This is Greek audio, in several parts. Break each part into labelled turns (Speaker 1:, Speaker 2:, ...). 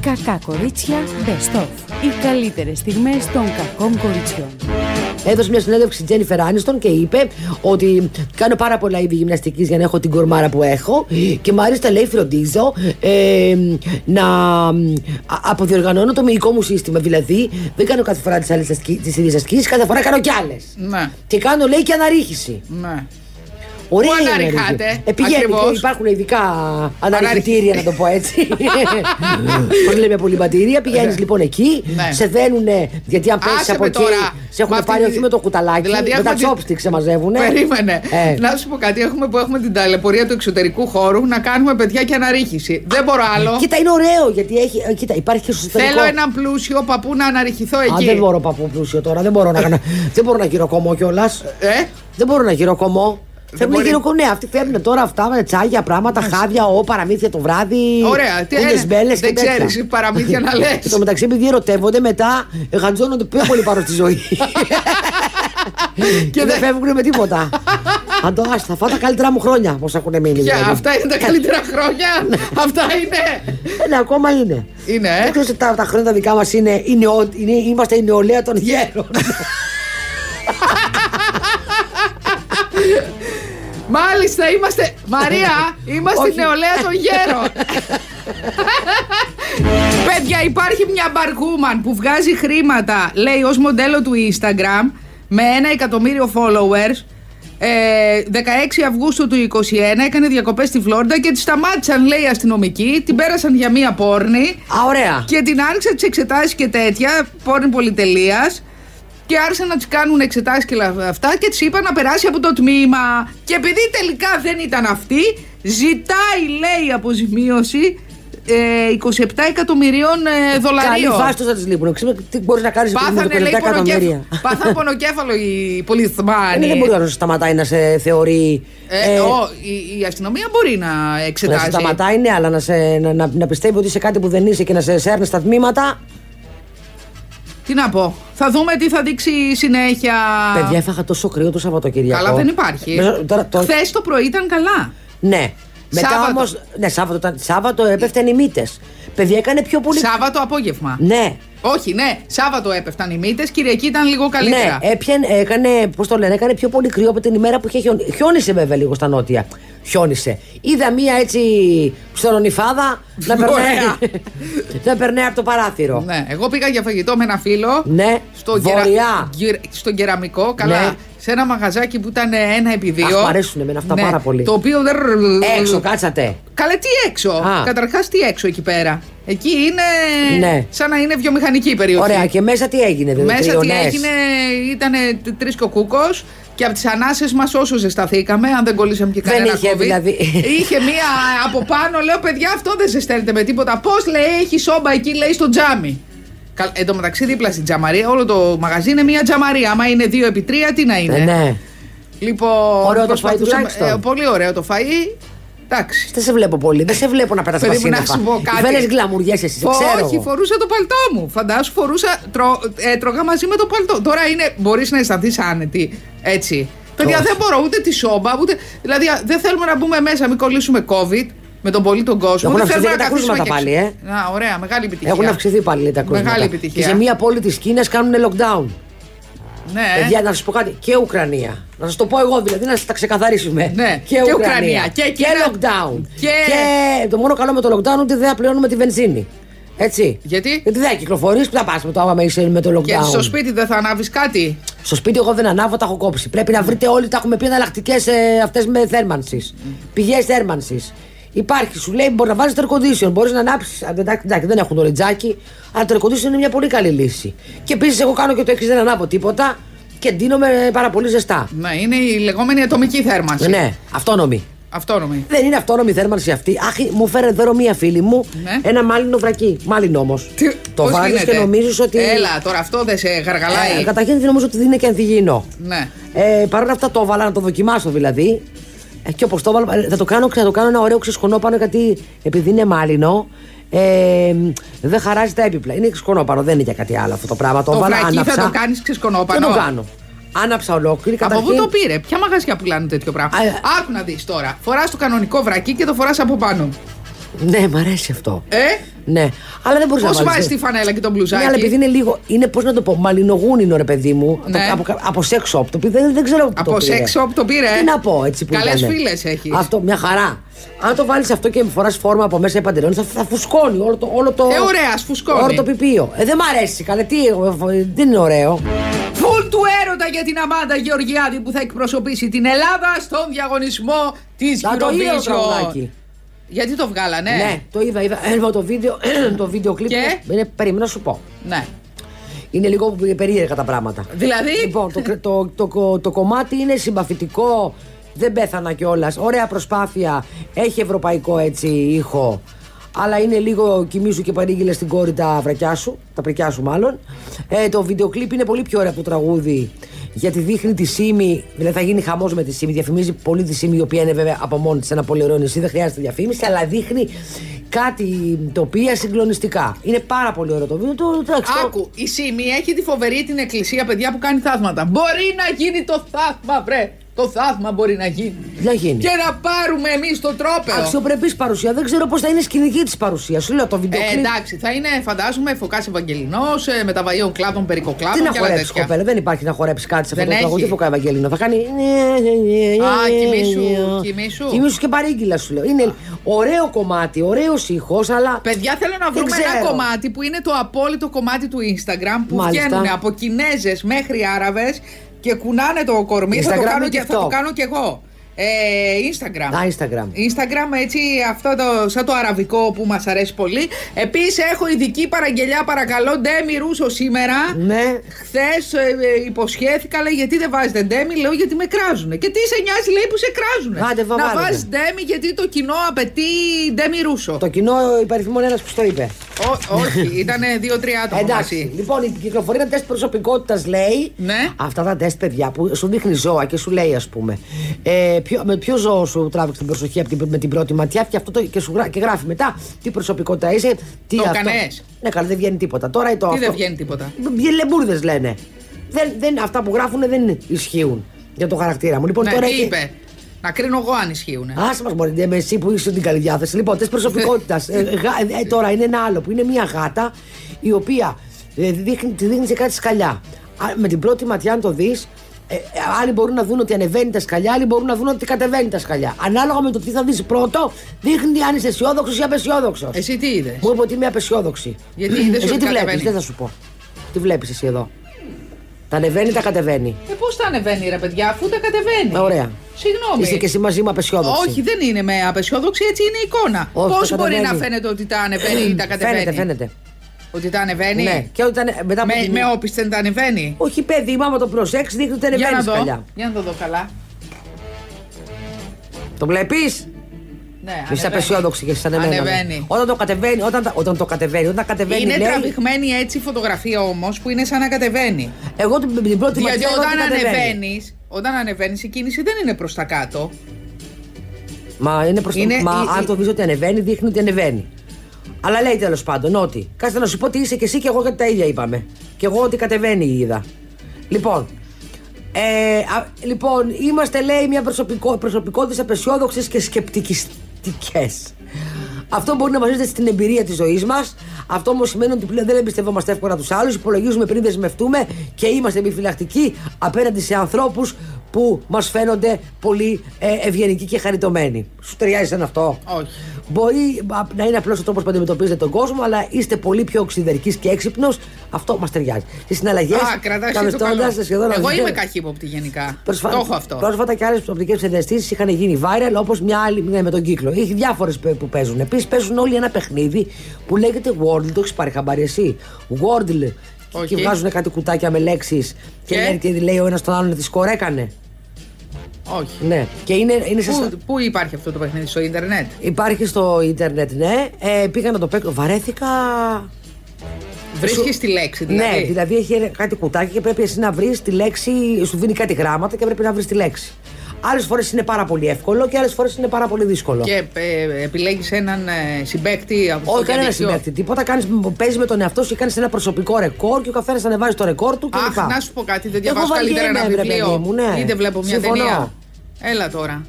Speaker 1: Κακά κορίτσια, best of. Οι καλύτερες στιγμές των κακών κοριτσιών.
Speaker 2: Έδωσε μια συνέντευξη η Τζένιφερ Άνιστον και είπε ότι κάνω πάρα πολλά είδη γυμναστικής για να έχω την κορμάρα που έχω και μάλιστα λέει φροντίζω ε, να α- αποδιοργανώνω το μυϊκό μου σύστημα. Δηλαδή δεν κάνω κάθε φορά τις ίδιες ασκήσεις, κάθε φορά κάνω κι άλλες.
Speaker 3: Ναι.
Speaker 2: Και κάνω λέει και αναρρίχηση.
Speaker 3: Ναι.
Speaker 2: Ωραία
Speaker 3: Πού
Speaker 2: είναι
Speaker 3: αναρριχάτε,
Speaker 2: η αναρρίχη. Ε, πηγαίνει
Speaker 3: ακριβώς.
Speaker 2: και υπάρχουν ειδικά αναρριχητήρια, να το πω έτσι. Πώ λέμε πολυμπατήρια. Πηγαίνεις λοιπόν εκεί,
Speaker 3: Ναι.
Speaker 2: σε δένουνε. Γιατί αν πέσεις
Speaker 3: Άσε
Speaker 2: από
Speaker 3: με
Speaker 2: εκεί,
Speaker 3: τώρα.
Speaker 2: σε έχουν
Speaker 3: Μα
Speaker 2: πάρει
Speaker 3: αυτή-
Speaker 2: όχι με το κουταλάκι.
Speaker 3: Δηλαδή,
Speaker 2: με τα
Speaker 3: έχουμε τη-
Speaker 2: τσόπστικ σε μαζεύουνε.
Speaker 3: Περίμενε.
Speaker 2: Ε,
Speaker 3: Να σου πω κάτι. Έχουμε που έχουμε την ταλαιπωρία του εξωτερικού χώρου να κάνουμε παιδιά και αναρρίχηση. Δεν μπορώ άλλο.
Speaker 2: Ε, Κοίτα, είναι ωραίο γιατί έχει. ε, Κοίτα, υπάρχει και στο εσωτερικό.
Speaker 3: Θέλω έναν πλούσιο παππού να αναρριχηθώ
Speaker 2: Α,
Speaker 3: εκεί.
Speaker 2: δεν μπορώ παππού πλούσιο τώρα. Δεν μπορώ να, κάνω- δεν μπορώ να γυροκομώ κιόλας.
Speaker 3: Ε,
Speaker 2: Δεν μπορώ να γυροκομώ. Φέρνουν
Speaker 3: μπορεί.
Speaker 2: γυροκομώ. Ναι, αυτοί φέρνουν τώρα αυτά με τσάγια, πράγματα, χάδια, ο παραμύθια το βράδυ.
Speaker 3: Ωραία. Τι,
Speaker 2: κούτες,
Speaker 3: ε,
Speaker 2: μπέλες και
Speaker 3: δεν
Speaker 2: τέτοια.
Speaker 3: ξέρεις, παραμύθια να λες.
Speaker 2: Στο μεταξύ, επειδή ερωτεύονται, μετά γαντζώνονται πιο πολύ πάνω στη ζωή. και δεν
Speaker 3: δεν-
Speaker 2: φεύγουν με τίποτα. Αν το άστα, αυτά τα καλύτερα μου χρόνια πώ έχουν μείνει.
Speaker 3: πια,
Speaker 2: δηλαδή. Ναι.
Speaker 3: αυτά είναι τα καλύτερα χρόνια. αυτά είναι.
Speaker 2: Ε, ναι, ακόμα είναι.
Speaker 3: Είναι,
Speaker 2: Δεν
Speaker 3: ε.
Speaker 2: ξέρω ότι τα, τα χρόνια τα δικά μας είναι, η νεό- είναι, είμαστε η νεολαία των γέρων.
Speaker 3: Μάλιστα, είμαστε. Μαρία, είμαστε η νεολαία των γέρων. Παιδιά, υπάρχει μια μπαργούμαν που βγάζει χρήματα, λέει, ως μοντέλο του Instagram, με ένα εκατομμύριο followers. Ε, 16 Αυγούστου του 21 έκανε διακοπές στη Φλόρντα και τη σταμάτησαν λέει οι αστυνομικοί, την πέρασαν για μία πόρνη
Speaker 2: Α, ωραία.
Speaker 3: και την άρχισαν τις εξετάσεις και τέτοια, πόρνη πολυτελείας. Και άρχισαν να τη κάνουν εξετάσεις και λα- αυτά και τη είπαν να περάσει από το τμήμα. Και επειδή τελικά δεν ήταν αυτή, ζητάει λέει αποζημίωση ε, 27 εκατομμυρίων ε,
Speaker 2: Καλή
Speaker 3: δολαρίων.
Speaker 2: φάση θα τη λείπουν. Ξέρουμε τι μπορείς να κάνεις με
Speaker 3: Πάθανε
Speaker 2: 57
Speaker 3: λέει πονοκέφαλο.
Speaker 2: εκατομμύρια.
Speaker 3: Πάθανε πονοκέφαλο οι
Speaker 2: Είναι,
Speaker 3: πολυθμάνοι.
Speaker 2: Ε, δεν μπορεί να σε σταματάει να σε θεωρεί.
Speaker 3: Ε, ο, η, η αστυνομία μπορεί να
Speaker 2: να σε
Speaker 3: εξετάζει.
Speaker 2: σταματάει, ναι, αλλά να, σε, να, να, να πιστεύει ότι είσαι κάτι που δεν είσαι και να σε σέρνεις στα τμήματα.
Speaker 3: Τι να πω. Θα δούμε τι θα δείξει η συνέχεια.
Speaker 2: Παιδιά, έφαγα τόσο κρύο το Σαββατοκύριακο.
Speaker 3: Καλά δεν υπάρχει.
Speaker 2: Μέσα- τώρα, το-
Speaker 3: Χθες το πρωί ήταν καλά.
Speaker 2: Ναι. Μετά
Speaker 3: Σάββατο.
Speaker 2: όμως. Ναι, Σάββατο, ήταν- Σάββατο έπεφταν οι μύτες. Παιδιά, έκανε πιο πολύ.
Speaker 3: Σάββατο απόγευμα.
Speaker 2: Ναι,
Speaker 3: Όχι, ναι, Σάββατο έπεφταν οι μύτες, Κυριακή ήταν λίγο καλύτερα.
Speaker 2: Ναι, έπιανε, έκανε, πώς το λένε, έκανε πιο πολύ κρύο από την ημέρα που είχε χιον... χιόνισε βέβαια λίγο στα νότια. Χιόνισε. Είδα μία έτσι ψωρονιφάδα να περνάει,
Speaker 3: Ωραία.
Speaker 2: να περνάει από το παράθυρο.
Speaker 3: Ναι, εγώ πήγα για φαγητό με ένα φίλο.
Speaker 2: Ναι,
Speaker 3: στο
Speaker 2: βορειά.
Speaker 3: γυρα- στον κεραμικό, καλά.
Speaker 2: Ναι.
Speaker 3: Σε ένα μαγαζάκι που ήταν ένα επί δύο. Ναι,
Speaker 2: Αχ, μ' αρέσουν εμένα αυτά πάρα πολύ.
Speaker 3: Το οποίο δεν.
Speaker 2: Έξω κάτσατε.
Speaker 3: Καλά, τι έξω.
Speaker 2: Α.
Speaker 3: Καταρχάς, τι έξω εκεί πέρα. Εκεί είναι.
Speaker 2: Ναι.
Speaker 3: σαν να είναι βιομηχανική η περιοχή.
Speaker 2: Ωραία, και μέσα τι έγινε, δηλαδή.
Speaker 3: Μέσα τι
Speaker 2: κρυονές.
Speaker 3: έγινε, ήταν τρει και ο κούκο και από τις ανάσε μας όσο ζεσταθήκαμε, αν δεν κολλήσαμε και
Speaker 2: Δεν
Speaker 3: κανένα
Speaker 2: είχε,
Speaker 3: COVID,
Speaker 2: δηλαδή.
Speaker 3: Είχε μία από πάνω, λέω παιδιά, αυτό δεν ζεσταίνεται με τίποτα. Πώς λέει, έχει σόμπα εκεί, λέει στο τζάμι. Κα- Εν τω μεταξύ, δίπλα στην τζαμαρία, όλο το μαγαζί είναι μία τζαμαρία. Άμα είναι δύο επί τρία, τι να είναι.
Speaker 2: Ε, ναι.
Speaker 3: Λοιπόν,
Speaker 2: Ωραίο το φαΐ
Speaker 3: προσπαθούσαμε-
Speaker 2: τουλάχιστον.
Speaker 3: ε, πολύ ωραίο το φαΐ. Εντάξει.
Speaker 2: Δεν σε βλέπω πολύ. Δεν σε βλέπω να περάσει τα
Speaker 3: Περίμενα
Speaker 2: σύννεφα.
Speaker 3: να σου πω κάτι.
Speaker 2: Φέρες γλαμουριές εσύ, σε
Speaker 3: Φο-
Speaker 2: ξέρω.
Speaker 3: Όχι,
Speaker 2: εγώ.
Speaker 3: φορούσα το παλτό μου. Φαντάσου, φορούσα. Τρο, έτρωγα μαζί με το παλτό. Τώρα είναι. Μπορείς να αισθανθείς άνετη. Έτσι. Παιδιά,
Speaker 2: Όχι.
Speaker 3: δεν μπορώ ούτε τη σόμπα, ούτε. Δηλαδή, α, δεν θέλουμε να μπούμε μέσα, μην κολλήσουμε COVID με τον πολύ τον κόσμο.
Speaker 2: Έχουν
Speaker 3: δεν θέλουμε
Speaker 2: αυξηθεί και τα
Speaker 3: καθίσουμε
Speaker 2: κρούσματα
Speaker 3: και έξω.
Speaker 2: πάλι, ε.
Speaker 3: Να, ωραία, μεγάλη επιτυχία.
Speaker 2: Έχουν αυξηθεί πάλι λέει, τα κρούσματα.
Speaker 3: Μεγάλη επιτυχία.
Speaker 2: Και σε μία πόλη της Κίνας κάνουν lockdown.
Speaker 3: Ναι,
Speaker 2: Παιδιά, να σας πω κάτι. Και Ουκρανία. Να σας το πω εγώ δηλαδή, να σας τα ξεκαθαρίσουμε.
Speaker 3: Ναι, και Ουκρανία, και Κίνα.
Speaker 2: lockdown.
Speaker 3: Και-
Speaker 2: Το μόνο καλό με το lockdown είναι ότι δεν θα πληρώνουμε τη βενζίνη. Έτσι.
Speaker 3: Γιατί?
Speaker 2: Γιατί δεν θα κυκλοφορεί, που θα πας με το άμα είσαι με το lockdown.
Speaker 3: και στο σπίτι δεν θα ανάβεις κάτι.
Speaker 2: Στο σπίτι εγώ δεν ανάβω, τα έχω κόψει. Πρέπει να βρείτε όλοι, τα έχουμε πει εναλλακτικές ε, αυτές με θέρμανσης. Πηγές θέρμανσης. Υπάρχει, σου λέει, μπορεί να βάλει air condition, μπορείς να ανάψεις. Εντάξει, δεν έχουν το ρετζάκι, αλλά το air condition είναι μια πολύ καλή λύση. Και επίσης, εγώ κάνω και το εξής, δεν ανάβω τίποτα και ντύνομαι πάρα πολύ ζεστά.
Speaker 3: Ναι, είναι η λεγόμενη ατομική θέρμανση.
Speaker 2: Ναι, αυτόνομη.
Speaker 3: Αυτόνομη.
Speaker 2: Δεν είναι αυτόνομη η θέρμανση αυτή. Αχ, μου φέρε δώρο μία φίλη μου
Speaker 3: Ναι.
Speaker 2: ένα μάλινο βρακί. Μάλινο όμως.
Speaker 3: Τι-
Speaker 2: Το
Speaker 3: πώς
Speaker 2: βάζεις και
Speaker 3: γίνεται?
Speaker 2: νομίζεις ότι.
Speaker 3: Έλα, τώρα αυτό δεν σε γαργαλάει.
Speaker 2: Ε, καταρχήν δεν νομίζω ότι δεν είναι και ανθυγιεινό.
Speaker 3: Ναι.
Speaker 2: Ε, Παρ' όλα αυτά το έβαλα να το δοκιμάσω δηλαδή. Ε, και όπως το έβαλα, ε, θα το κάνω, θα το κάνω ένα ωραίο ξεσχονό πάνω γιατί επειδή είναι μάλινο. Ε, δεν χαράζει τα έπιπλα. Είναι ξεσκονόπανο, δεν είναι για κάτι άλλο αυτό το πράγμα. Το,
Speaker 3: Το
Speaker 2: έβαλα,
Speaker 3: βρακί θα
Speaker 2: άναψα.
Speaker 3: το κάνεις ξεσκονόπανο?
Speaker 2: Δεν το κάνω. Άναψα ολόκληρη.
Speaker 3: Από
Speaker 2: καταρχήν-
Speaker 3: πού το πήρε, ποια μαγαζιά πουλάνε τέτοιο πράγμα.
Speaker 2: Α, ε.
Speaker 3: Άκου να δεις τώρα. Φοράς το κανονικό βρακί και το φοράς από πάνω.
Speaker 2: Ναι, μ' αρέσει αυτό.
Speaker 3: Ε,
Speaker 2: Ναι, αλλά δεν μπορείς να
Speaker 3: πώς βάζει
Speaker 2: βάλεις-
Speaker 3: τη φανέλα και τον
Speaker 2: Ναι,
Speaker 3: μπλουζάκι.
Speaker 2: αλλά επειδή είναι λίγο. Είναι πώς να το πω. Μαλλινογούνινο, ρε παιδί μου.
Speaker 3: Ναι.
Speaker 2: Από, από, από σεξ shop το πήρε. Δεν, δεν ξέρω πού το
Speaker 3: Από
Speaker 2: πήρε.
Speaker 3: sex shop το πήρε, ε.
Speaker 2: Τι να πω έτσι που
Speaker 3: Καλές
Speaker 2: ήταν.
Speaker 3: φίλες έχεις.
Speaker 2: Αυτό, μια χαρά. Αν το βάλεις αυτό και φοράς φόρμα από μέσα ή παντελόνι, θα, θα φουσκώνει όλο το. Όλο το
Speaker 3: Ε, ωραία, ας φουσκώνει.
Speaker 2: Όλο το πιπίο. Ε, δεν μ' αρέσει. Καλά, τι, ε, δεν είναι ωραίο.
Speaker 3: Φουλ του έρωτα για την Αμάντα Γεωργιάδη που θα εκπροσωπήσει την Ελλάδα στον διαγωνισμό της
Speaker 2: Να το είδα το
Speaker 3: Eurovision.
Speaker 2: τραγουδάκι.
Speaker 3: Γιατί το βγάλανε.
Speaker 2: Ναι. το είδα, είδα. Έλαβα το βίντεο, το βίντεο κλιπ.
Speaker 3: Και?
Speaker 2: Είναι, περίμενα να σου πω.
Speaker 3: Ναι.
Speaker 2: Είναι λίγο περίεργα τα πράγματα.
Speaker 3: Δηλαδή.
Speaker 2: Λοιπόν, το, κρε- το, το, το, το κομμάτι είναι συμπαθητικό. Δεν πέθανα κιόλας. Ωραία προσπάθεια. Έχει ευρωπαϊκό έτσι ήχο. Αλλά είναι λίγο κοιμήσου και παρήγγειλες στην κόρη τα βρακιά σου, τα πρικιά σου μάλλον. Ε, το βίντεο κλιπ είναι πολύ πιο ωραίο από το τραγούδι. Γιατί δείχνει τη Σίμη, δηλαδή θα γίνει χαμός με τη Σίμη. Διαφημίζει πολύ τη Σίμη, η οποία είναι βέβαια από μόνη της ένα πολύ ωραίο νησί, δεν χρειάζεται διαφήμιση, αλλά δείχνει κάτι τοπία συγκλονιστικά. Είναι πάρα πολύ ωραίο το βίντεο. Το, εντάξει, το-
Speaker 3: Άκου, η Σίμη έχει τη φοβερή την εκκλησία, παιδιά που κάνει θαύματα. Μπορεί να γίνει το θαύμα, βρε! Το θαύμα μπορεί να γίνει.
Speaker 2: να γίνει.
Speaker 3: Και να πάρουμε εμείς το τρόπεο.
Speaker 2: Αξιοπρεπής παρουσία. Δεν ξέρω πώς θα είναι η σκηνική της παρουσίας. Σου λέω το βίντεο
Speaker 3: Ε,
Speaker 2: κλιπ.
Speaker 3: εντάξει, θα είναι φαντάζομαι φωκάς Ευαγγελινός, ε, με τα βαγίων κλάδων,
Speaker 2: Τι
Speaker 3: περικοκλάδων
Speaker 2: να
Speaker 3: και άλλα
Speaker 2: χορέψει,
Speaker 3: τέτοια.
Speaker 2: κοπέλα. Δεν υπάρχει να χορέψει κάτι σε αυτό
Speaker 3: Δεν
Speaker 2: το
Speaker 3: έχει.
Speaker 2: τραγούδι. Φωκά Ευαγγελίνο. Θα κάνει. Ναι,
Speaker 3: Α, κοιμήσου, κοιμήσου.
Speaker 2: Κοιμήσου και παρήγγυλα σου λέω. Είναι ωραίο κομμάτι, ωραίος ήχος, αλλά.
Speaker 3: Παιδιά, θέλω να
Speaker 2: Δεν
Speaker 3: βρούμε ένα
Speaker 2: ξέρω.
Speaker 3: κομμάτι που είναι το απόλυτο κομμάτι του Instagram που
Speaker 2: Μάλιστα.
Speaker 3: βγαίνουν από Κινέζες μέχρι Άραβες και κουνάνε το κορμί. Θα το,
Speaker 2: Instagram
Speaker 3: κάνω
Speaker 2: ή
Speaker 3: και, θα το
Speaker 2: TikTok?
Speaker 3: κάνω και εγώ. Ε, Instagram.
Speaker 2: Α, Instagram.
Speaker 3: Instagram έτσι αυτό το, σαν το αραβικό που μας αρέσει πολύ Επίσης έχω ειδική παραγγελιά παρακαλώ Ντέμι Ρούσο σήμερα
Speaker 2: Ναι.
Speaker 3: Χθες ε, υποσχέθηκα, λέει, γιατί δεν βάζετε ντέμι. Λέω, γιατί με κράζουνε. Και τι σε νοιάζει, λέει, που σε κράζουνε.
Speaker 2: Άντε, βα,
Speaker 3: να
Speaker 2: βάλετε.
Speaker 3: βάζεις ντέμι, γιατί το κοινό απαιτεί ντέμι ρούσο.
Speaker 2: Το κοινό υπαριθμόν ένας που το είπε.
Speaker 3: Ό, όχι, ήταν δύο-τρία άτομα.
Speaker 2: Εντάξει.
Speaker 3: μαζί.
Speaker 2: Λοιπόν, η κυκλοφορία είναι τεστ προσωπικότητας, λέει.
Speaker 3: Ναι.
Speaker 2: Αυτά τα τεστ, παιδιά, που σου δείχνει ζώα και σου λέει, ας πούμε. Ε, ποιο, με ποιο ζώο σου τράβηξε την προσοχή από την, με την πρώτη ματιά και, αυτό το, και, σου, γρά- και γράφει μετά τι προσωπικότητα είσαι. Τι
Speaker 3: Το
Speaker 2: αυτό.
Speaker 3: κάνες?
Speaker 2: Ναι, καλά, δεν βγαίνει τίποτα. Τώρα το
Speaker 3: Τι
Speaker 2: αυτό.
Speaker 3: δεν βγαίνει τίποτα.
Speaker 2: Λοιπόν, Λεμπούρδες λένε. Δεν, δεν, αυτά που γράφουν δεν ισχύουν για το χαρακτήρα μου. Λοιπόν,
Speaker 3: ναι,
Speaker 2: τώρα
Speaker 3: τι
Speaker 2: έχει-
Speaker 3: είπε. Να κρίνω εγώ αν ισχύουνε.
Speaker 2: Άσε μας μπορεί με εσύ που είσαι την καλή διάθεση. Λοιπόν, τεστ προσωπικότητας. ε, γα- ε, τώρα είναι ένα άλλο που είναι μια γάτα η οποία ε, δείχνει, τη δείχνει σε κάτι σκαλιά. Α, με την πρώτη ματιά, αν το δεις, ε, ε, άλλοι μπορούν να δουν ότι ανεβαίνει τα σκαλιά, άλλοι μπορούν να δουν ότι κατεβαίνει τα σκαλιά. Ανάλογα με το τι θα δεις πρώτο, δείχνει αν είσαι αισιόδοξος ή απεσιόδοξος.
Speaker 3: Εσύ τι είδες.
Speaker 2: Μου είπε ότι είμαι απεσιόδοξη.
Speaker 3: Γιατί δεν σου
Speaker 2: εσύ τι βλέπεις,
Speaker 3: κατεβαίνει.
Speaker 2: δεν θα σου πω. Τι βλέπεις εσύ εδώ. Τα ανεβαίνει, τα κατεβαίνει.
Speaker 3: Ε, Πώς τα ανεβαίνει, ρε παιδιά, αφού τα κατεβαίνει.
Speaker 2: Ε, ωραία.
Speaker 3: Συγγνώμη.
Speaker 2: Είστε και εσύ μαζί μου απεσιόδοξοι.
Speaker 3: Ναι. Όχι, δεν είναι με απεσιόδοξη, έτσι είναι η εικόνα.
Speaker 2: Όχι,
Speaker 3: Πώ
Speaker 2: τα
Speaker 3: μπορεί να
Speaker 2: κατεβαίνει.
Speaker 3: φαίνεται ότι τα ανεβαίνει ή τα κατεβαίνει.
Speaker 2: Φαίνεται, φαίνεται.
Speaker 3: Ότι τα ανεβαίνει.
Speaker 2: Ναι, και όταν μετά από
Speaker 3: Με,
Speaker 2: την-
Speaker 3: με όπισθεν τα ανεβαίνει.
Speaker 2: Όχι, παιδί, η μάμα το προσέξει, δείχνει ότι
Speaker 3: Για να
Speaker 2: ανεβαίνεις
Speaker 3: δω.
Speaker 2: καλιά.
Speaker 3: Για να το δω καλά.
Speaker 2: Το βλέπεις.
Speaker 3: Ναι,
Speaker 2: Είσαι
Speaker 3: ανεβαίνει.
Speaker 2: απεσιόδοξη και εσύ ανεβαίνει.
Speaker 3: Ανεβαίνει.
Speaker 2: Όταν το κατεβαίνει, όταν, τα- όταν το κατεβαίνει, όταν κατεβαίνει.
Speaker 3: Είναι
Speaker 2: λέει,
Speaker 3: τραβηγμένη έτσι η φωτογραφία όμως που είναι σαν να κατεβαίνει.
Speaker 2: Εγώ την, την πρώτη
Speaker 3: Γιατί
Speaker 2: ματιά είδα ότι
Speaker 3: όταν
Speaker 2: κατεβαίνει.
Speaker 3: ανεβαίνεις, όταν ανεβαίνεις η κίνηση δεν είναι προς τα κάτω.
Speaker 2: Μα, είναι προς το-
Speaker 3: Είναι
Speaker 2: μα
Speaker 3: η- η-
Speaker 2: αν το δεις ότι ανεβαίνει, δείχνει ότι ανεβαίνει. Αλλά λέει τέλος πάντων ότι. Κάτσε να σου πω ότι είσαι και εσύ και εγώ γιατί τα ίδια είπαμε. Και εγώ ότι κατεβαίνει είδα. Λοιπόν. Ε, α, λοιπόν, είμαστε λέει μια προσωπικό, προσωπικότητα απεσιόδοξες και σκεπτικιστικέ. Αυτό μπορεί να βασίζεται στην εμπειρία της ζωής μας. Αυτό όμως σημαίνει ότι πλέον δεν εμπιστευόμαστε εύκολα τους άλλους, υπολογίζουμε πριν δεσμευτούμε και είμαστε επιφυλακτικοί απέναντι σε ανθρώπους που μας φαίνονται πολύ ε, ευγενικοί και χαριτωμένοι. Σου ταιριάζει σαν αυτό.
Speaker 3: Όχι.
Speaker 2: Μπορεί α, να είναι απλό ο τρόπος που αντιμετωπίζετε τον κόσμο, αλλά είστε πολύ πιο οξυδερκής και έξυπνος. Αυτό μας ταιριάζει. Στις συναλλαγές.
Speaker 3: Α, κρατάς εσύ το καλό.
Speaker 2: σχεδόν
Speaker 3: Εγώ
Speaker 2: αδυνατές.
Speaker 3: είμαι καχύποπτη γενικά.
Speaker 2: Προσφα-
Speaker 3: Το έχω αυτό.
Speaker 2: Πρόσφατα και άλλες οπτικές συνδεστήσεις είχαν γίνει viral, όπως μια άλλη ναι, με τον κύκλο. Έχει διάφορες που παίζουν. Επίσης παίζουν όλοι ένα παιχνίδι που λέγεται Wordle. Το έχεις πάρει χαμπάρι εσύ. Wordle. Και-
Speaker 3: Όχι.
Speaker 2: Και βγάζουν κάτι κουτάκια με λέξεις. Και,
Speaker 3: Και?
Speaker 2: λένε και λέει ο ένας τον άλλον τη κορέκανε.
Speaker 3: Όχι.
Speaker 2: Ναι. Και είναι, είναι σε.
Speaker 3: Πού, πού υπάρχει αυτό το παιχνίδι στο ίντερνετ.
Speaker 2: Υπάρχει στο ίντερνετ, ναι. Ε, πήγα να το παίξω. Βαρέθηκα.
Speaker 3: Βρίσκεις τη λέξη δηλαδή.
Speaker 2: Ναι, δηλαδή έχει ένα- κάτι κουτάκι και πρέπει εσύ να βρεις τη λέξη. Σου δίνει κάτι γράμματα και πρέπει να βρεις τη λέξη. Άλλες φορές είναι πάρα πολύ εύκολο και άλλες φορές είναι πάρα πολύ δύσκολο.
Speaker 3: Και ε, επιλέγεις έναν ε, συμπέκτη από
Speaker 2: Όχι,
Speaker 3: το
Speaker 2: κανένα
Speaker 3: διαδίκτυο.
Speaker 2: συμπέκτη. Τίποτα. Κάνεις, παίζεις με τον εαυτό σου και κάνεις ένα προσωπικό ρεκόρ και ο καθένας ανεβάζει το ρεκόρ του κλπ.
Speaker 3: Αχ, να σου πω κάτι, δεν
Speaker 2: Εγώ
Speaker 3: διαβάζω καλύτερα ένα
Speaker 2: βαριέμαι, ρε
Speaker 3: βιβλίο.
Speaker 2: παιδί μου, ναι.
Speaker 3: Ή δεν βλέπω μια
Speaker 2: Συμφωνώ.
Speaker 3: ταινία. Έλα τώρα.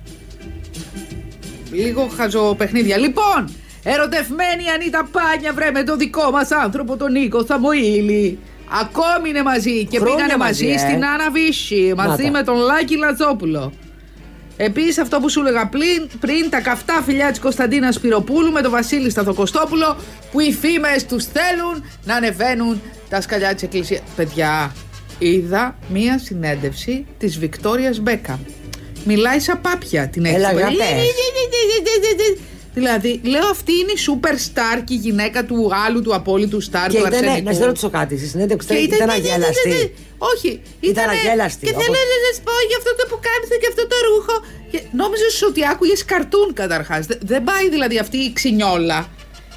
Speaker 3: Λίγο χαζοπαιχνίδια. Λοιπόν, Ερωτευμένη Ανίτα Πάνια, βρε με το δικό μας άνθρωπο τον Νίκο Σαμοήλη. Ακόμη είναι μαζί και
Speaker 2: Χρόνια
Speaker 3: πήγανε μαζί,
Speaker 2: μαζί, ε.
Speaker 3: στην Άννα Βύση μαζί
Speaker 2: Να τα.
Speaker 3: με τον Λάκη Λατζόπουλο. Επίσης, αυτό που σου έλεγα πριν, πριν τα καυτά φιλιά της Κωνσταντίνας Σπυροπούλου με τον Βασίλη Σταθοκοστόπουλο, που οι φήμες τους θέλουν να ανεβαίνουν τα σκαλιά της Εκκλησίας. Παιδιά, είδα μία συνέντευξη της Βικτόριας Μπέκα. Μιλάει σαν πάπια την
Speaker 2: Έλα,
Speaker 3: έξω.
Speaker 2: για πες.
Speaker 3: Δηλαδή, λέω αυτή είναι η super star και η γυναίκα του άλλου του απόλυτου star
Speaker 2: Και
Speaker 3: του
Speaker 2: ήταν,
Speaker 3: αρσενικού.
Speaker 2: να σε ρωτήσω κάτι, στη συνέντευξη ήταν, ήταν
Speaker 3: ναι,
Speaker 2: αγέλαστη.
Speaker 3: Όχι,
Speaker 2: Ήταν
Speaker 3: ήτανε-
Speaker 2: αγέλαστη,
Speaker 3: Και θέλω
Speaker 2: όπως-
Speaker 3: να σας πω για αυτό το που κάμισε και αυτό το ρούχο. Και νόμιζες ότι άκουγες καρτούν καταρχάς. Δεν πάει δηλαδή αυτή η ξινιόλα.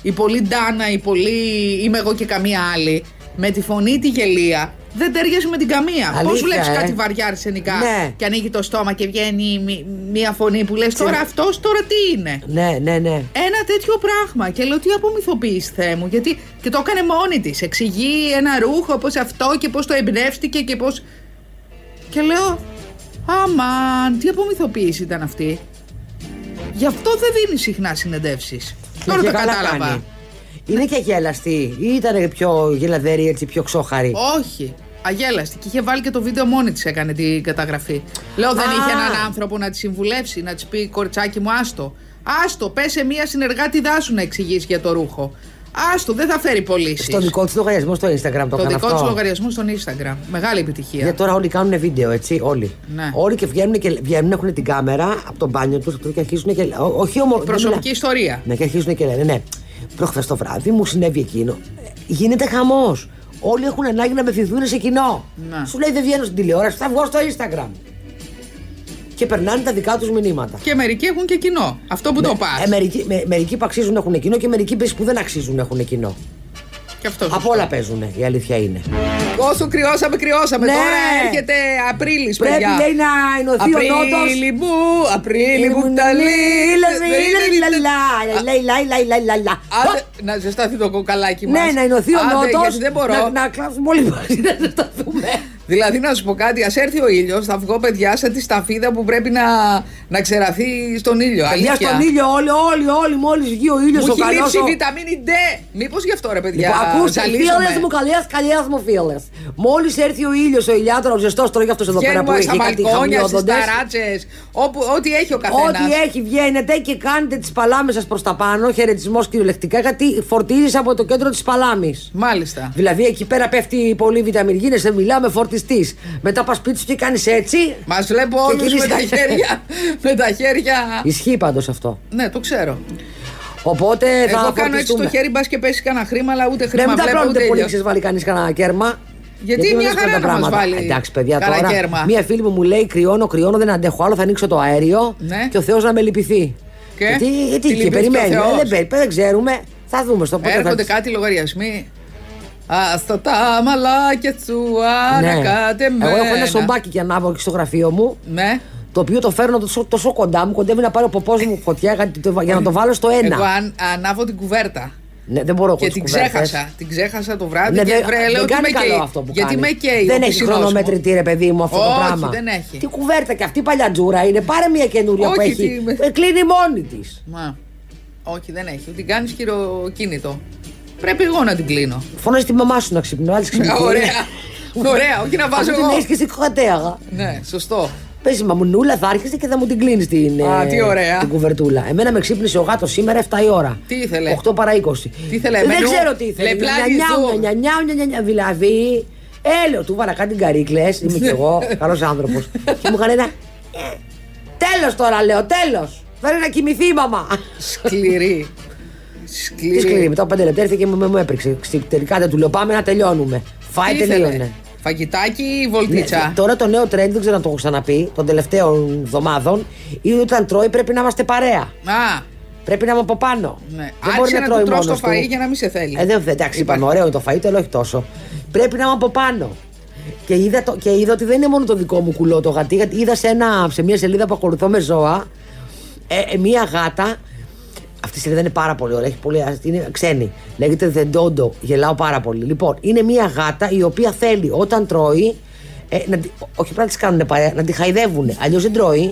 Speaker 3: Η πολύ Ντάνα, η πολύ. Είμαι εγώ και καμία άλλη. Με τη φωνή τη γελία. Δεν ταιριάζει με την καμία. Πώς
Speaker 2: Αλήθεια,
Speaker 3: βλέπεις
Speaker 2: ε.
Speaker 3: κάτι βαριά αρσενικά
Speaker 2: Ναι.
Speaker 3: και ανοίγει το στόμα και βγαίνει μι- μία φωνή που λες τώρα αυτός τώρα τι είναι.
Speaker 2: Ναι, ναι, ναι.
Speaker 3: Ένα τέτοιο πράγμα. Και λέω τι απομυθοποιεί, Θεέ μου. Γιατί και το έκανε μόνη της. Εξηγεί ένα ρούχο, πώς αυτό και πώς το εμπνεύστηκε και πώς. Και λέω, Αμαν, τι απομυθοποίηση ήταν αυτή. Γι' αυτό δεν δίνει συχνά συνεντεύξεις. Τώρα
Speaker 2: Και
Speaker 3: το
Speaker 2: καλά
Speaker 3: κατάλαβα.
Speaker 2: κάνει. Είναι και αγέλαστη ή ήταν πιο γελαδέρη, έτσι πιο ξόχαρη.
Speaker 3: Όχι. Αγέλαστη. Και είχε βάλει και το βίντεο μόνη της έκανε την καταγραφή. Λέω, δεν
Speaker 2: Α.
Speaker 3: είχε έναν άνθρωπο να της συμβουλεύσει, να της πει κοριτσάκι μου, άστο. Άστο, πες σε μία συνεργάτη δάσου να εξηγήσει για το ρούχο. Άστο, δεν θα φέρει πωλήσει.
Speaker 2: Στο δικό της λογαριασμό στο Instagram το
Speaker 3: Το
Speaker 2: έκανε
Speaker 3: δικό
Speaker 2: αυτό.
Speaker 3: του λογαριασμό στον Instagram. Μεγάλη επιτυχία.
Speaker 2: Γιατί τώρα όλοι κάνουν βίντεο, έτσι. Όλοι.
Speaker 3: Ναι.
Speaker 2: Όλοι και βγαίνουν, και βγαίνουν, έχουν την κάμερα από το μπάνιο τους και αρχίζουν και. ό- όχι όμω.
Speaker 3: Προσωπική ιστορία.
Speaker 2: Ναι, και αρχίζουν και λένε, ναι, προχθές το βράδυ μου συνέβη εκείνο. Ε, Γίνεται χαμός. Όλοι έχουν ανάγκη να μεθυνθούν σε κοινό.
Speaker 3: Ναι.
Speaker 2: Σου λέει δεν βγαίνω στην τηλεόραση, θα βγω στο Instagram. Και περνάνε τα δικά τους μηνύματα.
Speaker 3: Και μερικοί έχουν και κοινό. Αυτό που το πας.
Speaker 2: Ε, μερικοί, με- μερικοί που αξίζουν έχουν κοινό και μερικοί πες, που δεν αξίζουν έχουν κοινό.
Speaker 3: Και αυτός.
Speaker 2: Από όλα παίζουν, η αλήθεια είναι.
Speaker 3: Όσο κρυώσαμε, κρυώσαμε.
Speaker 2: Ναι.
Speaker 3: Τώρα έρχεται Απρίλης,
Speaker 2: Πρέπει,
Speaker 3: παιδιά.
Speaker 2: λέει, να ενωθεί ο νότος.
Speaker 3: Απρίλη μου, Απρίλη μου, τα Άντε, να ζεσταθεί το κοκαλάκι μας.
Speaker 2: Ναι, να ενωθεί ο
Speaker 3: Άντε,
Speaker 2: νότος,
Speaker 3: γιατί δεν μπορώ.
Speaker 2: να- Να κλάψουμε όλοι μαζί, να ζεσταθούμε.
Speaker 3: Δηλαδή να σου πω κάτι, ας έρθει ο ήλιος, θα βγω παιδιά σαν τη σταφίδα που πρέπει να, να ξεραθεί στον ήλιο.
Speaker 2: Παιδιά
Speaker 3: αλήθεια.
Speaker 2: στον ήλιο, όλοι, όλοι, όλοι, μόλις βγει ο ήλιος
Speaker 3: Μου
Speaker 2: ο
Speaker 3: έχει
Speaker 2: καλός. Λοιπόν,
Speaker 3: λείψει η βιταμίνη D. Μήπως γι' αυτό ρε παιδιά.
Speaker 2: Ακούστε,
Speaker 3: ζαλίζομαι.
Speaker 2: φίλες μου, καλές, καλές μου φίλες. Μόλις έρθει ο ήλιος, ο ηλιάτρος, ο ζεστός τρώει αυτός εδώ πέρα που
Speaker 3: Βγαίνουμε στα
Speaker 2: έχει κάτι
Speaker 3: μπαλκόνια, στι
Speaker 2: χαμηλόδοντες.
Speaker 3: ταράτσε. Ό,τι έχει ο καθένας.
Speaker 2: Ό,τι έχει βγαίνετε και κάνετε τις παλάμες σας προς τα πάνω, χαιρετισμός κυριολεκτικά, γιατί φορτίζεις από το κέντρο της παλάμης.
Speaker 3: Μάλιστα.
Speaker 2: Δηλαδή εκεί πέρα πέφτει πολύ βιταμιργίνε, δεν μιλάμε, φορτιστή. Μετά πας σπίτι σου και κάνεις έτσι.
Speaker 3: Μας βλέπω
Speaker 2: Και
Speaker 3: όλους με τα
Speaker 2: γυρίσατε.
Speaker 3: χέρια. με τα χέρια.
Speaker 2: Ισχύει πάντως αυτό.
Speaker 3: Ναι, το ξέρω.
Speaker 2: Οπότε θα
Speaker 3: Εγώ κάνω έτσι
Speaker 2: φορτιστούμε.
Speaker 3: το χέρι, μπας και πέσει κανένα χρήμα, αλλά ούτε
Speaker 2: Ναι,
Speaker 3: χρήμα
Speaker 2: μην τα
Speaker 3: βλέπω ούτε
Speaker 2: πλώνετε πολύ,
Speaker 3: ήλιο.
Speaker 2: ξέρεις, βάλει κανείς κανένα κέρμα.
Speaker 3: Γιατί μια
Speaker 2: μοιάζουν
Speaker 3: χαρά
Speaker 2: τα
Speaker 3: να μας
Speaker 2: πράγματα.
Speaker 3: βάλει
Speaker 2: Εντάξει, παιδιά,
Speaker 3: κανένα
Speaker 2: τώρα.
Speaker 3: κέρμα.
Speaker 2: Μία φίλη μου μου λέει: Κρυώνω, κρυώνω, δεν αντέχω άλλο. Θα ανοίξω το αέριο
Speaker 3: Ναι.
Speaker 2: και ο Θεός να με λυπηθεί.
Speaker 3: Και?
Speaker 2: Γιατί,
Speaker 3: Τη
Speaker 2: γιατί
Speaker 3: λυπήθηκε
Speaker 2: και
Speaker 3: ο
Speaker 2: περιμένει.
Speaker 3: Θεός.
Speaker 2: Ε, δεν, περι- δεν ξέρουμε. Θα δούμε στο πότε
Speaker 3: Έρχονται
Speaker 2: θα...
Speaker 3: κάτι λογαριασμοί. Άστα τα μαλάκια σου,
Speaker 2: Ναι.
Speaker 3: ανακατεμένα.
Speaker 2: Εγώ έχω ένα σομπάκι και ανάβω εκεί στο γραφείο μου.
Speaker 3: Ναι.
Speaker 2: Το οποίο το φέρνω τόσο, τόσο κοντά μου, κοντεύει να πάρει ο ποπός μου φωτιά για να το- για να το βάλω στο ένα.
Speaker 3: Εγώ αν, ανάβω την κουβέρτα.
Speaker 2: Ναι, δεν μπορώ εγώ
Speaker 3: Και
Speaker 2: τις
Speaker 3: την
Speaker 2: κουβέρτες.
Speaker 3: ξέχασα. Την ξέχασα το βράδυ.
Speaker 2: Ναι,
Speaker 3: και
Speaker 2: δεν-
Speaker 3: βρε,
Speaker 2: δεν
Speaker 3: λέω, τι
Speaker 2: κάνει
Speaker 3: με
Speaker 2: καλό
Speaker 3: καίει.
Speaker 2: αυτό που
Speaker 3: Γιατί
Speaker 2: κάνει.
Speaker 3: με καίει.
Speaker 2: Δεν
Speaker 3: ο
Speaker 2: έχει
Speaker 3: πισινός μου.
Speaker 2: χρονομετρητή, ρε παιδί μου, αυτό το
Speaker 3: Όχι,
Speaker 2: πράγμα.
Speaker 3: δεν έχει.
Speaker 2: Τι κουβέρτα και αυτή η παλιά τζούρα είναι. Πάρε μια καινούρια
Speaker 3: Όχι,
Speaker 2: που
Speaker 3: τι
Speaker 2: έχει.
Speaker 3: είμαι.
Speaker 2: Ε, Κλείνει μόνη της.
Speaker 3: Μα. Όχι, δεν έχει. Την κάνεις χειροκίνητο. Πρέπει εγώ να την κλείνω.
Speaker 2: Φωνάζει τη μαμά σου να ξυπνάει, άλλη ξυπνάει.
Speaker 3: Ωραία. Ωραία, όχι να βάζω
Speaker 2: Την έχεις
Speaker 3: εγώ.
Speaker 2: και στην κοκατέαγα.
Speaker 3: Ναι, σωστό.
Speaker 2: Πες η μαμουνούλα, θα άρχισε και θα μου την κλείνεις την,
Speaker 3: Α,
Speaker 2: ε,
Speaker 3: τι ωραία.
Speaker 2: την κουβερτούλα. Εμένα με ξύπνησε ο γάτος σήμερα 7 η ώρα.
Speaker 3: Τι ήθελε?
Speaker 2: 8 παρά 20.
Speaker 3: Τι ήθελε,
Speaker 2: Δεν
Speaker 3: μενού?
Speaker 2: ξέρω τι ήθελε.
Speaker 3: Le Plage
Speaker 2: Νιανιάου,
Speaker 3: Zoo.
Speaker 2: νιανιάου, νιανιάου. Δηλαδή, έλεο, του βάλα κάτι καρίκλε. Είμαι κι εγώ, καλός άνθρωπος. και μου έκανε ένα. Τέλος τώρα, λέω, τέλος. Θέλω να κοιμηθεί η μαμά.
Speaker 3: Σκληρή.
Speaker 2: Τι σκληρή,
Speaker 3: Σκληρή.
Speaker 2: μετά από 5 λεπτά ήρθε και μου, μου έπρεξε. Ξυ- Τελικά δεν του λέω, πάμε να τελειώνουμε. Φάει
Speaker 3: Τι ήθελε?
Speaker 2: τελείωνε.
Speaker 3: Φαγητάκι ή
Speaker 2: Ναι,
Speaker 3: βολτίτσα.
Speaker 2: Τώρα το νέο trend, δεν ξέρω αν το έχω ξαναπεί, των τελευταίων εβδομάδων, είναι ότι όταν τρώει πρέπει να είμαστε παρέα.
Speaker 3: Α,
Speaker 2: Πρέπει να είμαι από πάνω.
Speaker 3: ναι. Άρχισε να του τρως το φαΐ για να μην σε θέλει.
Speaker 2: Ε, δεν, εντάξει, είπαμε, ωραίο είναι το φαΐ, αλλά όχι τόσο. Πρέπει να είμαι από πάνω. Και είδα, το, και είδα ότι δεν είναι μόνο το δικό μου κουλό το γατί, γιατί είδα σε, ένα, σε μια σελίδα που ακολουθώ με ζώα, ε, ε, μια γάτα. Αυτή η σελίδα είναι πάρα πολύ ωραία, έχει πολύ, άστη- είναι ξένη. Λέγεται The Dodo, γελάω πάρα πολύ. Λοιπόν, είναι μια γάτα η οποία θέλει όταν τρώει Ε, να, τη- όχι πρέπει να τις κάνουν παρέα, να τη χαϊδεύουν. Αλλιώς δεν τρώει.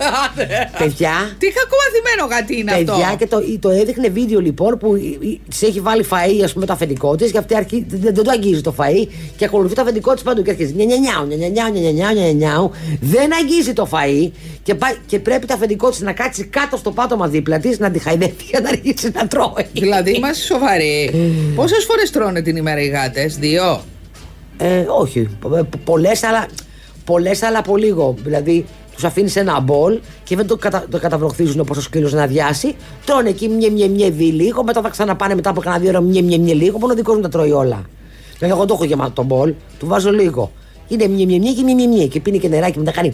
Speaker 2: Παιδιά,
Speaker 3: Τι κακομαθημένο γατί είναι αυτό.
Speaker 2: Παιδιά, και το, το έδειχνε βίντεο λοιπόν που της έχει βάλει φαΐ ας πούμε, το αφεντικό της και αυτή αρχί, δεν, δεν το αγγίζει το φαΐ και ακολουθεί το αφεντικό της παντού και αρχίζει. Νια, νια, νιάου, νια, νια, νιάου, νια, νια, νιάου, νια, νια, νιάου. Δεν αγγίζει το φαΐ και, πάει- και πρέπει το αφεντικό της να κάτσει κάτω στο πάτωμα δίπλα της να τη χαϊδεύει και να αρχίσει να τρώει.
Speaker 3: Δηλαδή είμαστε σοβαροί. Πόσες φορές τρώνε την ημέρα οι γάτες, Δύο.
Speaker 2: Ε, όχι. Πολλές, αλλά, πολλές, αλλά από λίγο. Δηλαδή, τους αφήνεις ένα μπολ και δεν το, κατα, το καταβροχθίζουν όπως ο σκύλος να αδειάσει. Τρώνε εκεί μια μια μια δι λίγο, μετά θα ξαναπάνε μετά από κανένα δύο ώρα μια μια μια λίγο. Μόνο ο δικό μου τα τρώει όλα. Δηλαδή, εγώ το έχω γεμάτο τον μπολ, του βάζω λίγο. Είναι μια μια μια και μια μια μια και πίνει και νεράκι, μετά κάνει.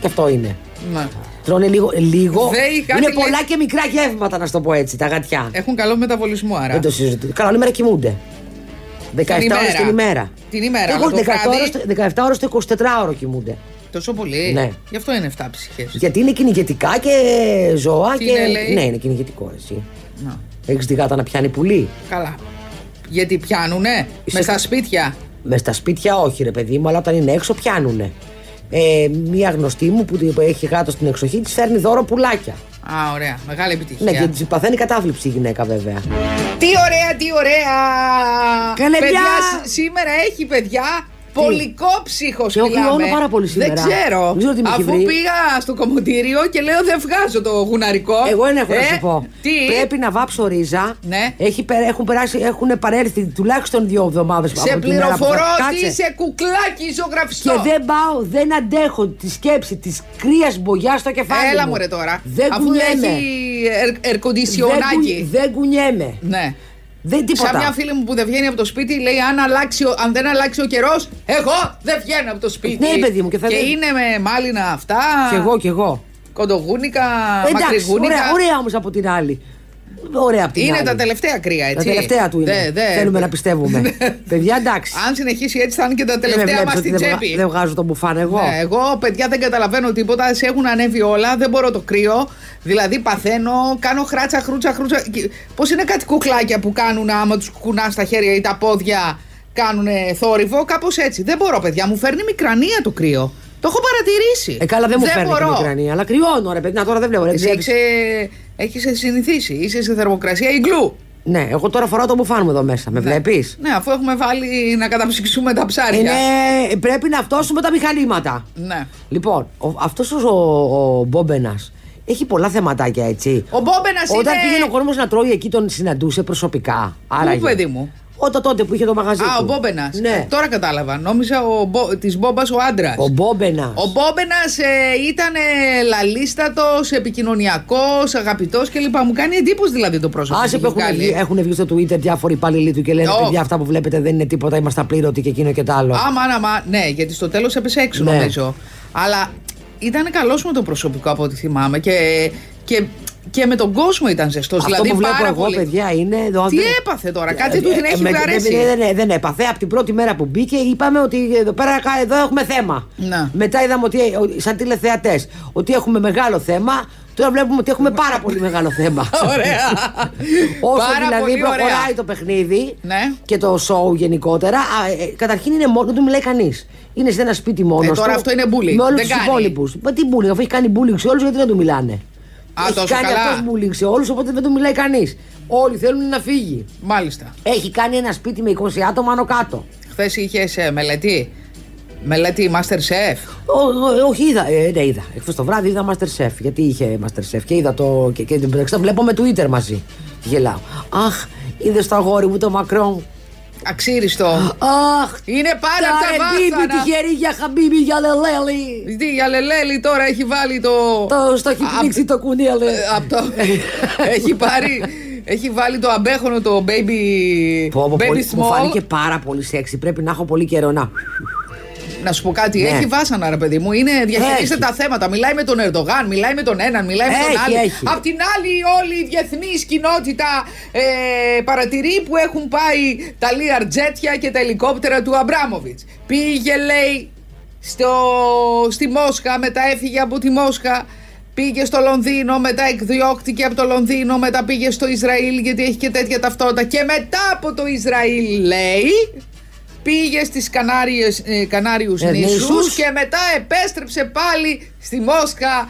Speaker 2: Και αυτό είναι.
Speaker 3: Ναι.
Speaker 2: Τρώνε λίγο. λίγο.
Speaker 3: Δε, Ε, η
Speaker 2: είναι
Speaker 3: κάτι λέει-
Speaker 2: πολλά και μικρά γεύματα, να σου το πω έτσι, τα γατιά.
Speaker 3: Έχουν καλό μεταβολισμό άρα.
Speaker 2: Δεν το συζητώ. Καλά, όλη μέρα κοιμούνται. 17
Speaker 3: ημέρα.
Speaker 2: ώρες την ημέρα.
Speaker 3: Την ημέρα,
Speaker 2: Εγώ
Speaker 3: αλλά το
Speaker 2: 17
Speaker 3: βράδυ-
Speaker 2: ώρες- 17 ώρες το 24ωρο κοιμούνται.
Speaker 3: Τόσο πολύ.
Speaker 2: Ναι.
Speaker 3: Γι' αυτό είναι 7 ψυχές.
Speaker 2: Γιατί είναι κυνηγετικά και ζώα
Speaker 3: Τι
Speaker 2: και.
Speaker 3: είναι, λέει?
Speaker 2: Ναι, είναι κυνηγετικό εσύ. Έχεις τη γάτα να πιάνει πουλί.
Speaker 3: Καλά. Γιατί πιάνουνε
Speaker 2: Είσαι-
Speaker 3: με στα σπίτια.
Speaker 2: Με στα σπίτια όχι, ρε παιδί μου, αλλά όταν είναι έξω πιάνουνε. Ε, μία γνωστή μου που τη- που έχει γάτο στην εξοχή της φέρνει δώρο πουλάκια.
Speaker 3: Α, ωραία. Μεγάλη επιτυχία.
Speaker 2: Ναι, και της παθαίνει κατάθλιψη η γυναίκα βέβαια.
Speaker 3: Τι ωραία, τι ωραία!
Speaker 2: Καλέ,
Speaker 3: παιδιά,
Speaker 2: πια-
Speaker 3: σ- σήμερα έχει παιδιά πολικό ψύχο.
Speaker 2: Και εγώ γλυώνω πάρα πολύ σήμερα.
Speaker 3: Δεν ξέρω.
Speaker 2: Δεν ξέρω τι με έχει
Speaker 3: Αφού
Speaker 2: βρει.
Speaker 3: πήγα στο κομμωτήριο και λέω δεν βγάζω το γουναρικό.
Speaker 2: Εγώ δεν έχω
Speaker 3: Ε,
Speaker 2: να σου πω.
Speaker 3: Τι.
Speaker 2: Πρέπει να βάψω ρίζα.
Speaker 3: Ναι.
Speaker 2: Έχει, πε- έχουν, περάσει, έχουν παρέλθει τουλάχιστον δύο εβδομάδες
Speaker 3: Σε πληροφορώ ότι είσαι κουκλάκι ζωγραφιστό.
Speaker 2: Και δεν πάω, δεν αντέχω τη σκέψη της κρύας μπογιά στο κεφάλι.
Speaker 3: Έλα
Speaker 2: μου
Speaker 3: μωρέ τώρα.
Speaker 2: Δεν
Speaker 3: Αφού
Speaker 2: κουνιέμαι.
Speaker 3: έχει
Speaker 2: Δεν, κου-
Speaker 3: ερκοντισιονάκι.
Speaker 2: δεν κουνιέμαι.
Speaker 3: Ναι.
Speaker 2: Δεν τίποτα.
Speaker 3: Σαν μια φίλη μου που δεν βγαίνει από το σπίτι, λέει: Αν, αλλάξει, ο- αν δεν αλλάξει ο καιρός, εγώ δεν βγαίνω από το σπίτι.
Speaker 2: Ναι, παιδί μου, και θα λέει-
Speaker 3: είναι με μάλινα αυτά.
Speaker 2: Κι εγώ, κι εγώ.
Speaker 3: Κοντογούνικα,
Speaker 2: Εντάξει,
Speaker 3: μακριγούνικα.
Speaker 2: ωραία, ωραία όμως από την άλλη. Ωραία από την
Speaker 3: Είναι
Speaker 2: άλλη.
Speaker 3: τα τελευταία κρύα,
Speaker 2: Τα
Speaker 3: έτσι.
Speaker 2: τελευταία του είναι.
Speaker 3: Δε- δε-
Speaker 2: Θέλουμε να πιστεύουμε. Παιδιά, εντάξει.
Speaker 3: Αν συνεχίσει έτσι, θα είναι και τα
Speaker 2: Δεν με
Speaker 3: τελευταία
Speaker 2: βλέπεις
Speaker 3: μας
Speaker 2: ότι
Speaker 3: στην
Speaker 2: δεν βγα-
Speaker 3: τσέπη.
Speaker 2: Δεν βγάζω τον μπουφάν εγώ.
Speaker 3: Ναι, εγώ, παιδιά, δεν καταλαβαίνω τίποτα. Σε έχουν ανέβει όλα. Δεν μπορώ το κρύο. Δηλαδή, παθαίνω, κάνω χράτσα, χρούτσα, χρούτσα. Πώς είναι κάτι κουκλάκια που κάνουν άμα τους κουνά στα χέρια ή τα πόδια κάνουν θόρυβο. Κάπως έτσι. Δεν μπορώ, παιδιά. Μου φέρνει μικρανία το κρύο. Το έχω παρατηρήσει.
Speaker 2: Ε, καλά, δεν μου φέρνει την
Speaker 3: μπορώ.
Speaker 2: Ουκρανία, αλλά κρυώνω, ρε παιδί. Να, τώρα δεν βλέπω. Ρε,
Speaker 3: Εσύ
Speaker 2: βλέπεις.
Speaker 3: έχεις- έχεις συνηθίσει. Είσαι σε θερμοκρασία ιγκλού.
Speaker 2: Ναι, εγώ τώρα φοράω το μπουφάν μου εδώ μέσα. Με βλέπεις.
Speaker 3: Ναι, αφού έχουμε βάλει να καταψυξούμε τα ψάρια.
Speaker 2: Είναι... Πρέπει να φτώσουμε τα μηχανήματα.
Speaker 3: Ναι.
Speaker 2: Λοιπόν, ο, αυτός ο, ο, Μπόμπενας έχει πολλά θεματάκια, έτσι.
Speaker 3: Ο Μπόμπενας είναι.
Speaker 2: Όταν πήγαινε ο κόσμος να τρώει εκεί, τον συναντούσε προσωπικά. Άρα.
Speaker 3: παιδί μου?
Speaker 2: Όταν τότε που είχε το μαγαζί.
Speaker 3: Α,
Speaker 2: του.
Speaker 3: ο Μπόμπενας.
Speaker 2: Ναι.
Speaker 3: Τώρα κατάλαβα. Νόμιζα ο Μπο... της Μπόμπας ο άντρας.
Speaker 2: Ο Μπόμπενας.
Speaker 3: Ο Μπόμπενας ήταν ε, λαλίστατος, επικοινωνιακός, αγαπητός κλπ. Μου κάνει εντύπωση δηλαδή το πρόσωπο.
Speaker 2: Άσε
Speaker 3: που
Speaker 2: που
Speaker 3: έχει
Speaker 2: έχουν
Speaker 3: βγάλει.
Speaker 2: βγει, Ε, έχουν βγει στο Twitter διάφοροι υπάλληλοι του και λένε:
Speaker 3: Ω.
Speaker 2: Παιδιά, αυτά που βλέπετε δεν είναι τίποτα, είμαστε απλήρωτοι και εκείνο και τ' άλλο.
Speaker 3: Άμα, άμα, ναι, γιατί στο τέλος έπεσε έξω
Speaker 2: Ναι.
Speaker 3: νομίζω. Αλλά ήταν καλός με το προσωπικό από ό,τι θυμάμαι και, και, και με τον κόσμο ήταν ζεστός.
Speaker 2: Αυτό
Speaker 3: Δηλαδή
Speaker 2: που βλέπω
Speaker 3: πάρα
Speaker 2: εγώ,
Speaker 3: πολύ.
Speaker 2: παιδιά, είναι. εδώ,
Speaker 3: Τι
Speaker 2: δεν-
Speaker 3: έπαθε τώρα, κάτι
Speaker 2: Ε,
Speaker 3: του την
Speaker 2: ε,
Speaker 3: έχει
Speaker 2: με-
Speaker 3: βαρέσει.
Speaker 2: Δεν, δεν, δεν έπαθε. Από την πρώτη μέρα που μπήκε, είπαμε ότι εδώ πέρα κα- εδώ έχουμε θέμα.
Speaker 3: Να.
Speaker 2: Μετά είδαμε ότι, ε, ο- σαν τηλεθεατές, ότι έχουμε μεγάλο θέμα. Τώρα βλέπουμε ότι έχουμε πάρα πολύ μεγάλο θέμα.
Speaker 3: Ωραία.
Speaker 2: Όσο
Speaker 3: Πάρα
Speaker 2: δηλαδή
Speaker 3: πολύ
Speaker 2: προχωράει
Speaker 3: ωραία.
Speaker 2: το παιχνίδι
Speaker 3: Ναι.
Speaker 2: και το σοου γενικότερα, α, ε, ε, καταρχήν είναι μόνο, δεν του μιλάει κανείς. Είναι σε ένα σπίτι μόνος.
Speaker 3: Ε, τώρα αυτό είναι bullying.
Speaker 2: Με όλους
Speaker 3: Δεν
Speaker 2: τους
Speaker 3: κάνει.
Speaker 2: υπόλοιπους. Μα τι bullying, αφού έχει κάνει bullying σε όλους, γιατί δεν του μιλάνε.
Speaker 3: Α,
Speaker 2: έχει
Speaker 3: τόσο
Speaker 2: κάνει
Speaker 3: καλά.
Speaker 2: αυτός bullying σε όλους, οπότε δεν του μιλάει κανείς. Όλοι θέλουν να φύγει.
Speaker 3: Μάλιστα.
Speaker 2: Έχει κάνει ένα σπίτι με 20 άτομα άνω κάτω.
Speaker 3: Χθες είχες ε, μελετή. Μελετή Master Chef.
Speaker 2: Ό, ό, όχι, είδα. Ε, ναι, είδα. Εχθές το βράδυ είδα Masterchef. Γιατί είχε Masterchef και είδα το. Και, και, και το βλέπω με Twitter μαζί. Γελάω. Αχ, είδες το αγόρι μου το Μακρόν.
Speaker 3: Αξίριστο.
Speaker 2: Αχ,
Speaker 3: Είναι πάρα
Speaker 2: τα
Speaker 3: τα
Speaker 2: ρεμπίμπι
Speaker 3: βάθανα.
Speaker 2: τη χερή για χαμπίμπι για λελέλη.
Speaker 3: Τι για λελέλη τώρα έχει βάλει το. ε,
Speaker 2: Το στο έχει πνίξει το κουνέλε.
Speaker 3: Απ' το... έχει πάρει. Έχει βάλει το αμπέχονο το baby.
Speaker 2: Πω, πω,
Speaker 3: baby
Speaker 2: πολύ, μου
Speaker 3: small.
Speaker 2: φάνηκε πάρα πολύ σεξι. Πρέπει να έχω πολύ καιρό να.
Speaker 3: Να σου πω κάτι.
Speaker 2: Ναι.
Speaker 3: Έχει βάσανα, ρε παιδί μου. Είναι, διαχειρίζεται
Speaker 2: Έχει.
Speaker 3: τα θέματα. Μιλάει με τον Ερντογάν, μιλάει με τον έναν, μιλάει με τον
Speaker 2: Έχει,
Speaker 3: άλλον.
Speaker 2: έχει.
Speaker 3: Απ' την άλλη, όλη η διεθνή κοινότητα ε, παρατηρεί που έχουν πάει τα λιαρτζέτια και τα ελικόπτερα του Αμπράμοβιτ. Πήγε, λέει, στο, στη Μόσχα, μετά έφυγε από τη Μόσχα. Πήγε στο Λονδίνο, μετά εκδιώχτηκε από το Λονδίνο, μετά πήγε στο Ισραήλ γιατί έχει και τέτοια ταυτότητα. Και μετά από το Ισραήλ, λέει, πήγε στις Κανάριες, ε, Κανάριους
Speaker 2: Ε,
Speaker 3: νησούς,
Speaker 2: νησούς.
Speaker 3: και μετά επέστρεψε πάλι στη Μόσχα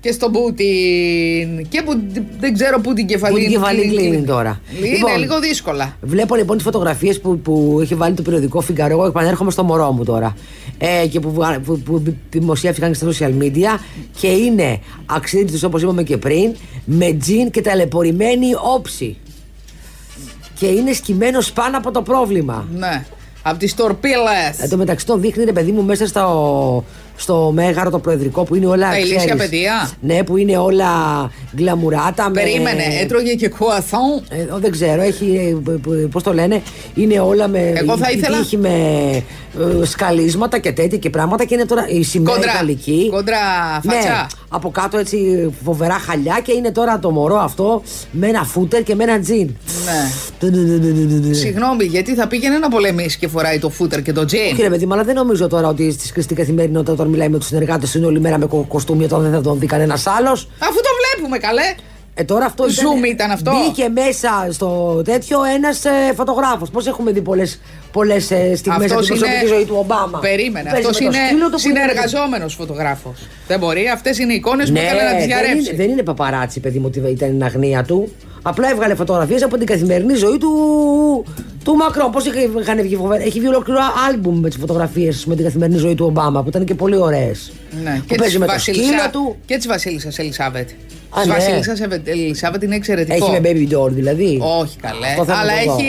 Speaker 3: και στον Πούτιν. Και που, δεν ξέρω πού την κεφαλή
Speaker 2: Πού την κεφαλή
Speaker 3: κλείνει-
Speaker 2: κλείνει
Speaker 3: κλείνει.
Speaker 2: τώρα.
Speaker 3: Είναι
Speaker 2: Λοιπόν.
Speaker 3: λίγο δύσκολα.
Speaker 2: Βλέπω λοιπόν τις φωτογραφίες που, που έχει βάλει το περιοδικό Φιγκαρό. Εγώ επανέρχομαι στο μωρό μου τώρα. Ε, και που, βγα- που, που δημοσιεύτηκαν στα social media. Και είναι αξίδιτος όπως είπαμε και πριν, με τζιν και ταλαιπωρημένη όψη. Και είναι σκυμμένος πάνω από το πρόβλημα.
Speaker 3: Ναι. Από τις τορπίλες.
Speaker 2: Εν τω μεταξύ Ε, το δείχνει ρε παιδί μου μέσα στο, στο μέγαρο το προεδρικό που είναι όλα.
Speaker 3: Τα
Speaker 2: ξέρεις,
Speaker 3: ηλίσια παιδεία.
Speaker 2: Ναι, που είναι όλα γκλαμουράτα. με-
Speaker 3: Περίμενε, ε, έτρωγε και κουαθόν.
Speaker 2: ε, ο, δεν ξέρω, έχει. Πώς το λένε, είναι όλα με.
Speaker 3: Εγώ θα
Speaker 2: η- η
Speaker 3: ήθελα-
Speaker 2: τύχη με ε, σκαλίσματα και τέτοια και πράγματα και είναι τώρα η σημαία
Speaker 3: Κόντρα.
Speaker 2: ιταλική.
Speaker 3: Κόντρα φατσά.
Speaker 2: Ναι, από κάτω έτσι φοβερά χαλιά και είναι τώρα το μωρό αυτό με ένα φούτερ και με ένα τζιν.
Speaker 3: Ναι.
Speaker 2: Ε.
Speaker 3: Συγγνώμη, γιατί θα πήγαινε να πολεμήσει και φοράει το φούτερ και το τζιν.
Speaker 2: Όχι ρε παιδί μου, αλλά δεν νομίζω τώρα ότι στη χρηστή καθημερινότητα όταν μιλάει με τους συνεργάτες είναι όλη μέρα με κο- κοστούμι όταν δεν θα τον δει κανένας άλλος.
Speaker 3: Αφού το βλέπουμε, καλέ.
Speaker 2: Ε, τώρα αυτό
Speaker 3: Zoom ήταν αυτό.
Speaker 2: Μπήκε μέσα στο τέτοιο ένας ε, φωτογράφος. Πώς έχουμε δει πολλές πολλές, ε, στιγμές από την
Speaker 3: Αυτός
Speaker 2: προσωπική ζωή του Ομπάμα.
Speaker 3: Περίμενε.
Speaker 2: Παίζει
Speaker 3: Αυτός
Speaker 2: με το σκύλο
Speaker 3: είναι
Speaker 2: του που είναι-
Speaker 3: συνεργαζόμενος φωτογράφος. Δεν μπορεί. Αυτές είναι οι εικόνες που
Speaker 2: Ναι,
Speaker 3: έκανε να τις
Speaker 2: δεν είναι,
Speaker 3: διαρρεύσει.
Speaker 2: δεν είναι παπαράτσι, παιδί μου, ότι ήταν η αγνία του. Απλά έβγαλε φωτογραφίες από την καθημερινή ζωή του, του Μακρόν. Πώς είχαν βγει φοβερά. Έχει βγει ολόκληρο άλμπουμ με τις φωτογραφίες με την καθημερινή ζωή του Ομπάμα που ήταν και πολύ ωραίες.
Speaker 3: Ναι.
Speaker 2: Που παίζει με το σκύλο του.
Speaker 3: Και της Βασίλισσας Ελισάβετ.
Speaker 2: Α,
Speaker 3: Τη
Speaker 2: ναι.
Speaker 3: Βασίλισσα Ελισάβετ είναι εξαιρετικό.
Speaker 2: Έχει με baby doll δηλαδή.
Speaker 3: Όχι καλέ.
Speaker 2: Αυτό θέλω
Speaker 3: Αλλά
Speaker 2: να το δω.
Speaker 3: έχει,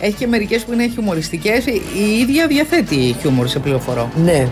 Speaker 3: έχει και μερικές που είναι χιουμοριστικές. Η ίδια διαθέτει χιούμορ, σε πληροφορώ.
Speaker 2: Ναι.